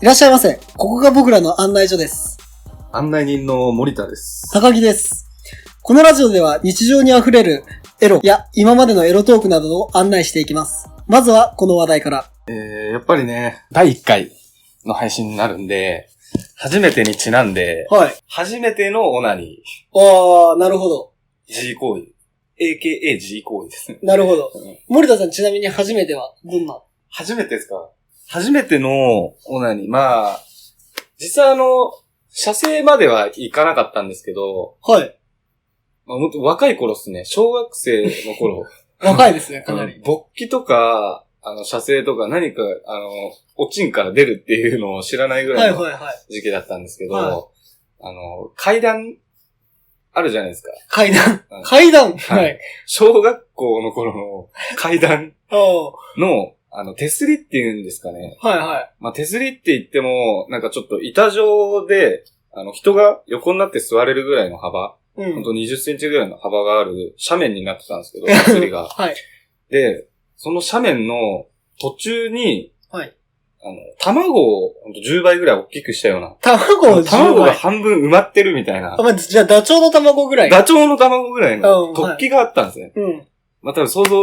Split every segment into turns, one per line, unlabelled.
いらっしゃいませ。ここが僕らの案内所です。
案内人の森田です。
高木です。このラジオでは日常に溢れるエロや今までのエロトークなどを案内していきます。まずはこの話題から。
えー、やっぱりね、第1回の配信になるんで、初めてにちなんで、
はい。
初めてのオナニ
あー、なるほど。
ー、G 行為。AKA G 行為ですね。
なるほど
うん
森田さんちなみに初めてはどんな
初めてですか初めてのオナニー。まあ、実はあの、射精まではいかなかったんですけど、
はい。
まあ、もっと若い頃ですね、小学生の頃、
若いですね、 かなり。
あの勃起とか、あの、射精とか何か、あの、おちんから出るっていうのを知らないぐ
は
らい
い
の
はいはい。
時期だったんですけど、
はい
あの、階段、あるじゃないですか。
階段
うん。
階段
はい
はい。
小学校の頃の階段
あー
の、あの、手すりっていうんですかね。
はいはい。
まあ、手すりって言っても、なんかちょっと板状で、あの、人が横になって座れるぐらいの幅、
う
ほん
ん。
と20センチぐらいの幅がある斜面になってた んですけど、手すりが。
はい。
で、その斜面の途中に、
はい
あの、卵をほんと10倍ぐらい大きくしたような。
卵を10
卵が
倍。
半分埋まってるみたいな
あ、。まあ、じゃあダチョウの卵ぐらい。
ダチョウの卵ぐらい
うん
の
はい
突起があったんですね。
うん。
まあ、多分想像、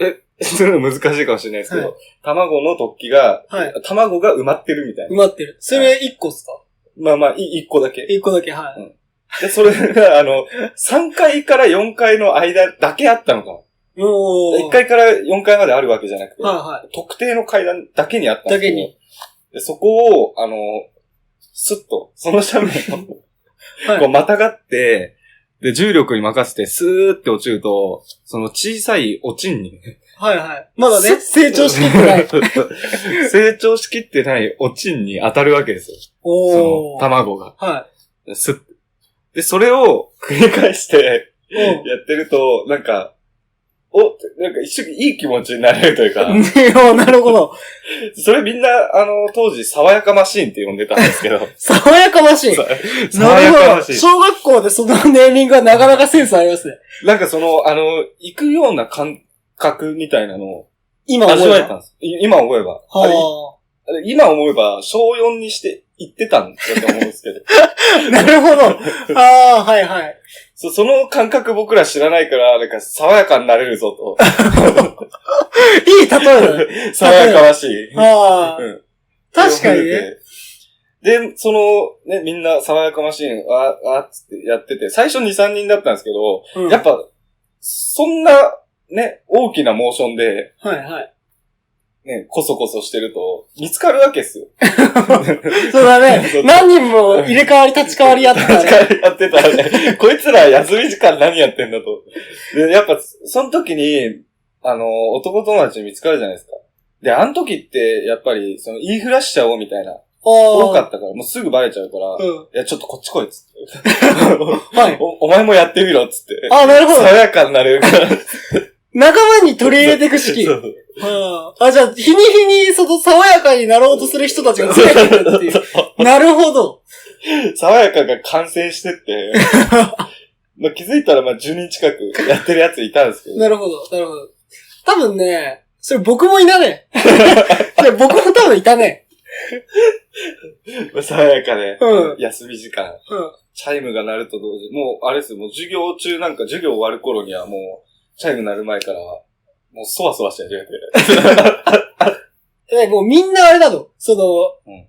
え、 するの難しいかもしれないですけど、
は
卵の突起が、
はい
卵が埋まってるみたい
埋
な。
まってる。それ1個っすか
まあまあ、い一個だけ。
?1 個だけ、はい。
で、それが、あ の、3階から4階の間だけあったのかな。
おー。
1階から4階まであるわけじゃなくて、
はいはい。
特定の階段だけにあったんですけ
だけ
ど
に
でそこを、あの、スッと、その斜面を、
はい
こうまたがって、で、重力に任せてスーって落ちると、その小さい落ちんに、
はいはい。まだね、
す
成長しきって ない。
い。 成長しきってないおちんに当たるわけですよ。
お
その
ー。
卵が。
は
すっで、それを繰り返して
い。うん。
やってると、なんか、お、なんか一瞬いい気持ちになれるというか、
おなるほど。
それみんな、あの、当時、爽やかマシーンって呼んでたん ですけど、
爽やかマシン。
さ
な
爽や
る
か
ほ
マ
ど。
シー
小学校でそのネーミングはなかなかセンスありますね。
ン。なんかその、あの、行くような感覚みたいなのを
今
味
思
わ
え
えたん
ば。
です。い今思えば。あれ
は
あれ今思えば、小4にして行ってたんだと思うんですけど。
あ。なるほど。ああ、はいはい。
そその感覚僕ら知らないから、なんか爽やかになれる ぞと。
いい例えだね。
爽やからしい。
ああ。
うん
確かにね。。
で、その、ね、みんな爽やかマシーン、ああっつってやってて、最初2、3人だったんですけど、
うん
やっぱ、そんな、ね、大きなモーションで、
はいはい。
ね、こそこそしてると、見つかるわけ ですよ。
そうだ
そ
ね。
う
何人も入れ替わり立ち替わりやってた
確
ね。
かにやってたら ね、こいつら休み時間何やってんだと。で、やっぱ、その時に、あの、男友達に見つかるじゃないですか。で、あの時って、やっぱり、その、言いふらしちゃおうみたいな、 多
多
かったから、もうすぐバレちゃうから、
う
い
ん。
や、ちょっとこっち来いっつって。
はい。
おお前もやってみろっつって。
ああ、なるほど
爽。やかになれるから。
仲間に取り入れていく式
そ。う
うんあ、じゃあ、日に日に、その、爽やかになろうとする人たちが増えてくるっていう。なるほど。
爽やかが完成し てって。まあ気づいたら、まあ10人近くやってるやついたんですけど。
なるほど、なるほど。多分ね、それ僕もいた ね。それ僕も多分いたね。
まあ爽やかで、
うん
休み時間。
うん。
チャイムが鳴ると同時、もう、あれですよ、もう授業中なんか授業終わる頃にはもう、チャイム鳴る前から、もうそわそわして始めて。
え、もうみんなあれだと。その、
うん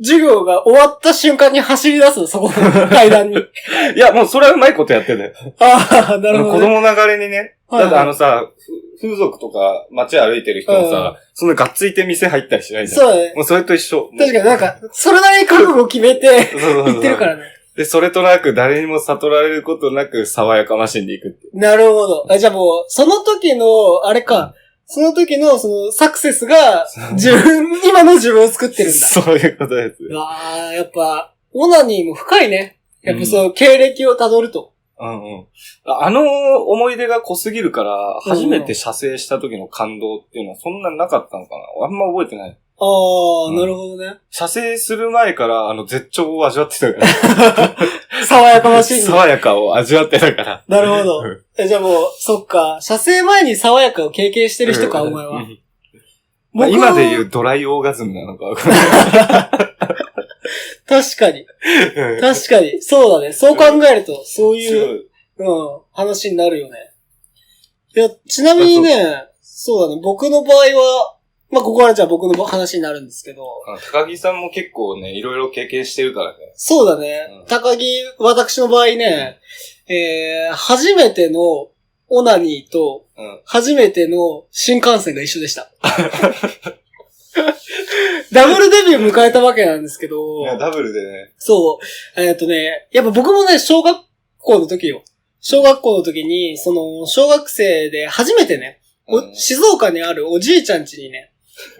授業が終わった瞬間に走り出すの、そこの階 段に。
いや、もうそれはうまいことやってんだよ。
ああ、な
あ
る
の
ほ
子
どね。
供ながれにね、
はい
だってあのさ、ふ風俗とか街歩いてる人もさ、そんながっついて店入ったりしないじゃん。
そうだね。
もうそれと一緒。
確かに
も
なんか、それなりに覚悟を決めて、
う、そうそうそう
行ってるからね。
で、それとなく誰にも悟られることなく爽やかマシンで行くっていう。
なるほど。あじゃあもう、その時の、あれか、その時の、その、サクセスが、自 分、今の自分を作ってるんだ。
そういうことです。
うわあ、やっぱ、オナニーも深いね。やっぱそう、経歴をたどると。
うんうん。あの思い出が濃すぎるから、
うん
初めて射精した時の感動っていうのはそんななかったのかなあんま覚えてない。
ああ、
うん
なるほどね。
射精する前から、あの、絶頂を味わってたから。
爽やかましい。
爽やかを味わってたから。
なるほど
うん。
えじゃあもう、そっか、射精前に爽やかを経験してる人か、お前
う
は。
んまあ
僕は
今で言うドライオーガズムなのかわかんない。
確かに。
確
確かに。そうだね。そう考えると、そういう、
う。
うん、話になるよね。いや、ちなみにね、そうだね、僕の場合は、まあ、ここからじゃあ僕の話になるんですけど、
高木さんも結構ね、いろいろ経験してるからね。
そうだね、
うん
高木、私の場合ね、えー、初めてのオナニーと、
うん。
初めての新幹線が一緒で した。ダブルデビュー迎えたわけなんですけど
い、やダブルでね。
そう。えっ、とね、やっぱ僕もね、小学校の時よ。小学校の時に、その、小学生で初めてね、お
うん
静岡にあるおじいちゃん家に ね、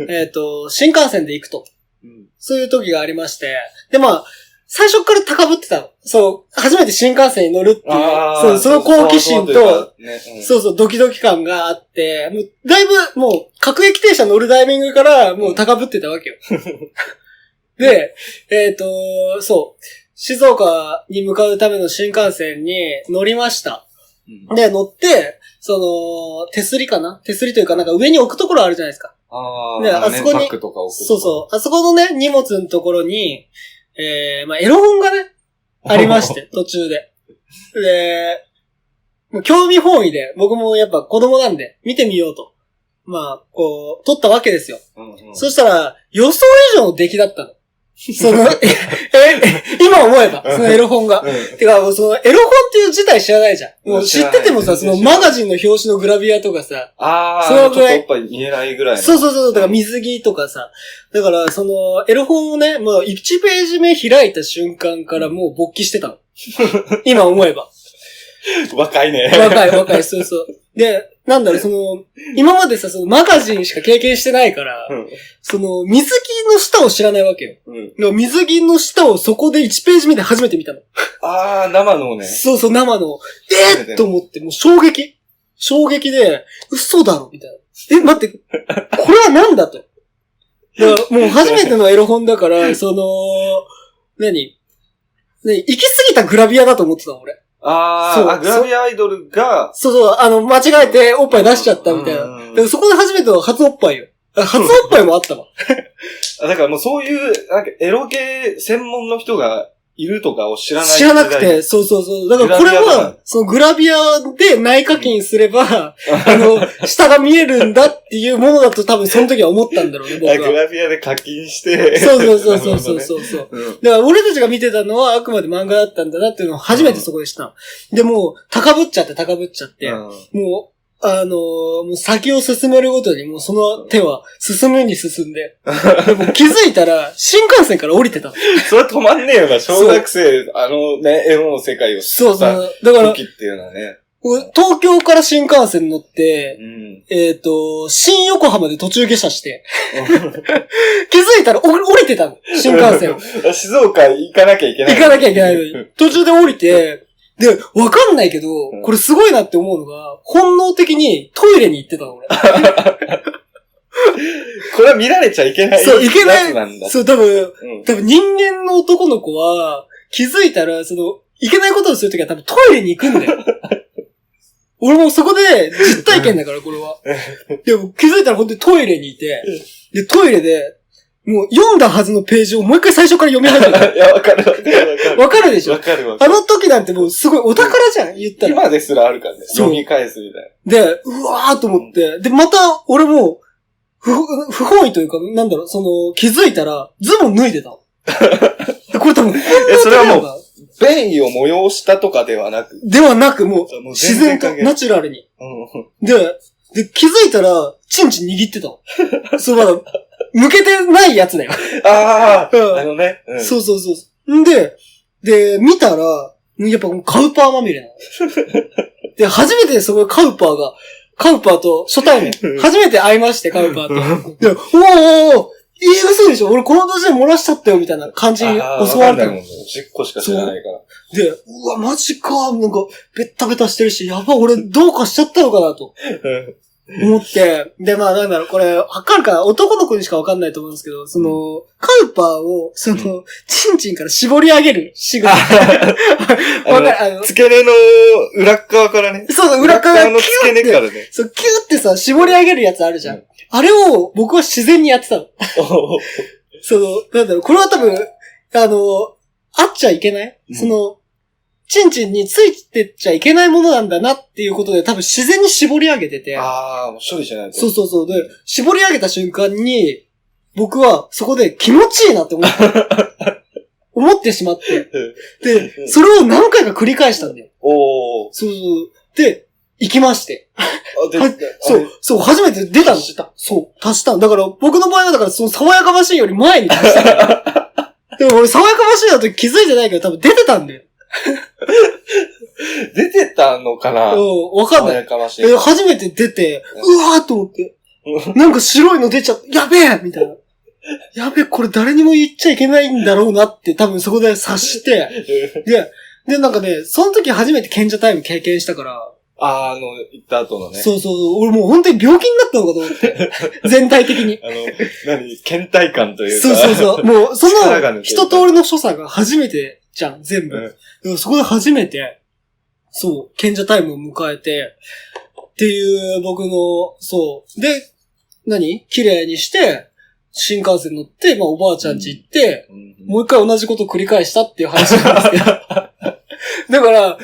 えっと、新幹線で行くと。
うん。
そういう時がありまして。で、まあ、最初から高ぶってたの。そう、初めて新幹線に乗るっていう、
あ
そう
あ、
その好奇心と、、
ねうん
そうそう、ドキドキ感があって、もう、だいぶ、もう、各駅停車乗るタイミングから、もう高ぶってた わけよ。で、えっ、と、そう、静岡に向かうための新幹線に乗りました。
うん
で、乗って、その、手すりかな手すりというか、なんか上に置くところあるじゃないですか。
あ
ね
あ、
あそこに
パックとか置くと
そう
か
そう、あそこのね、荷物のところに、えー、まあ、エロ本が ね、ありまして、途中で。で、もう興味本位で、僕もやっぱ子供なんで、見てみようと。まあ、こう、撮ったわけですよ。
うんうん。
そしたら、予想以上の出来だったの。そ の、え、え今思えば、そのエロ本が。
うん
てか、その、エロ本っていう自体知らないじゃん。もう
知
知
らな
っ
い
ててもさ、その
全然知らない
マガジンの表紙のグラビアとかさ、
ああ、
そのぐらい
ちょっとおっぱい見えないぐらいの。
そうそうそう、だから水着とかさ、だから、その、エロ本をね、もう1ページ目開いた瞬間からもう勃起してたの。今思えば。
若いね。
若い若い、そうそう。で、なんだろう、その、今までさ、そのマガジンしか経験してないから、その、水着の下を知らないわけよ。
うんうん。
だから水着の下をそこで1ページ目で初めて見たの。
ああ、生のね。
そうそう、生の、
初め
え
て
っと思って、もう衝撃。衝撃で、嘘だろみたいな。え、待って、これは何だと。だからもう初めてのエロ本だ から、その、何何行き過ぎたグラビアだと思ってたの、俺。
あ
そう
ーあ、グラビアアイドルが、
そうそう、あの、間違えておっぱい出しちゃったみたいな。
うんうんうん
だからそこで初めての初おっぱいよ。あ初おっぱいもあったわ。
あだからもうそういう、なんかエロ系専門の人がいるとかを知らない。
知らなく。て、そうそうそう。だからこれ
グラビアだか
は
ら、
そのグラビアで内課金す れば、あの、下が見えるんだっていうものだと多分その時は思ったんだろうね、僕
あグ
は。
ラビアで課金して。
そうそうそうそうそう
なるほ
そうそう。
どね
だ
うん
から俺たちが見てたのはあくまで漫画だったんだなっていうのを初めてそこでした。で、もう高ぶっちゃって高ぶっちゃって、
うん
もう、あのーもう先を進めるごとに、もうその手は進むに進んで、 でも気づいたら、新幹線から降りてたの。
それ止まんねえよな、小学生、あのね、エロの世界を知
そう
っ
そ
た
う。だから、
時っていうのはね。
東京から新幹線に乗って、
うん。
えっ、と、新横浜で途中下車して、気づいたらお降りてたの。新幹線を。
静岡行かなきゃいけない。
行かなきゃいけないのに。途中で降りて、で、わかんないけど
ん、
これすごいなって思うのが、本能的にトイレに行ってたの、俺。
これは見られちゃいけない。
そう、行け
やつ
な
なんだ
い。。そう、多分、
うん
多分人間の男の子は、気づいたら、その、いけないことをするときは多分トイレに行くんだよ。俺もそこで実体験だから、これは。でも気づいたら本当にトイレにいて、で、トイレで、もう読んだはずのページをもう一回最初から読み 始め
いや、わかるわかるわか
た。
る。
わかるでし
わ
ょ
かるわか
あ
る。
の時なんてもうすごいお宝じゃん、言ったら。
今ですらあるからね。
そう
読み返すみたい
で、うわーと思って、で、また俺も、不、不本意というか、なんだろう、その、気づいたら、ズボン脱いでたの。でこれ多分、
な。え、それはもう、
う、
便意を催したとかではなく。
ではなく、もう
そうも、う
自
全
然
然
と
関係ない、
ナチュラルに。
うん。
で、で、気づいたら、チンチン握ってた の。そう、まだ、向けてないやつだよ。
あ
うん
あ、あのね。うん
そうそうそう。んで、で、見たら、やっぱもうカウパーまみれなの。 で、初めてそこでカウパーが、カウパーと初対面
うん。
初めて会いまして、カウパーと。で、おーおーおーいい嘘でしょ俺この年で漏らしちゃったよみたいな感じに教
あー
われ
わかんな
た
い
の
もん。ね。10個しか知らないから。
で、うわ、マジか、なんか、ベッタベタしてるし、やば、俺どうかしちゃったのかなと。思って、で、まあ、なんだろう、これ、わかるか、男の子にしかわかんないと思うんですけど、その、カウパーを、その、チンチンから絞り上げる仕草。わかる、あの、
付け根の裏側からね。
そうそう、裏側
の
キ
付
ュ
け
ー
根
って、
からね。
そう、キューってさ、絞り上げるやつあるじゃ。
うん
あれを、僕は自然にやってたの。その、なんだろう、これは多分、あの、あっちゃいけない、
うん
その、チンチンについてっちゃいけないものなんだなっていうことで多分自然に絞り上げてて。
ああ、もう処理しないと。
そうそうそう。で、絞り上げた瞬間に、僕はそこで気持ちいいなって思った。 思ってしまって。
う
で、
ん
それを何回か繰り返したんだよ。
おー。
そうそう。で、行きまして。
あ、で
はい、そう、そう、初めて出たの。
足した
そう、足したの。だから、僕の場合はだから、その爽やかマシンより前に足した の。でも俺、爽やかマシンだと気づいてないけど、多分出てたんだよ。
あ出てたのかな
うん、わかんない。
い。かましい。
え、初めて出て、
う
うわーっと思って、なんか白いの出ちゃった、やべえみたいな。やべえ、これ誰にも言っちゃいけないんだろうなって、多分そこで察して、で、で、なんかね、その時初めて賢者タイム経験したから、
あーあの、行った後のね。
そうそうそう、俺もう本当に病気になったのかと思っ て、全体的に。
あの、何倦怠感というか。
そうそうそう、もうそ
力が抜
の
けてる
一通りの所作が初めてじゃん、全部。
うん
でもそこで初めて、そう、賢者タイムを迎えて、っていう僕の、そう。で、何綺麗にして、新幹線乗って、まあおばあちゃん家行って、
うん
もう一回同じこと繰り返したっていう話なん ですけど。だから、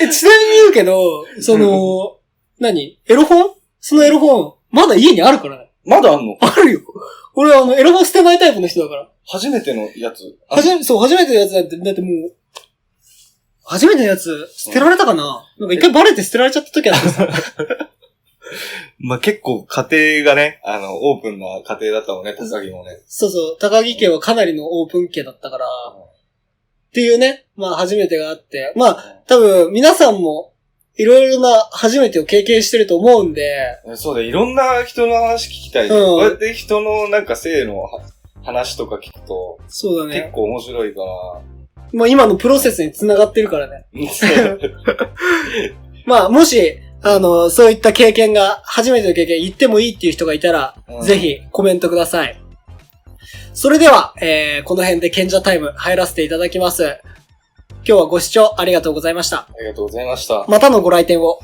え、ちなみに言うけど、その、何エロ本そのエロ本、まだ家にあるからね。
まだあんの
あるよ。俺はあの、エロ本捨てないタイプの人だから。
初めてのやつ。あ
はじめ、そう、初めてのやつだって、だってもう、初めてのやつ、捨てられたかな、なんか一回バレて捨てられちゃった時あったんですよ
まあ、結構家庭がね、あの、オープンな家庭だったもんね、高木もね。
そうそう、高木家はかなりのオープン家だったから、
うん
っていうね、まあ初めてがあって、まあ多分皆さんも、いろいろな初めてを経験してると思うんで、
そうだ、いろんな人の話聞きたい、ね
うん
こうやって人のなんか性のは話とか聞くと、
そうだ
結
ね。
構面白いか
まあ今のプロセスに繋がってるからね。
ら。
まあもし、あの、そういった経験が、初めての経験言ってもいいっていう人がいたら、
うん
ぜひコメントください。それでは、えー、この辺で賢者タイム入らせていただきます。今日はご視聴ありがとうございました。
ありがとうございました。
またのご来店を。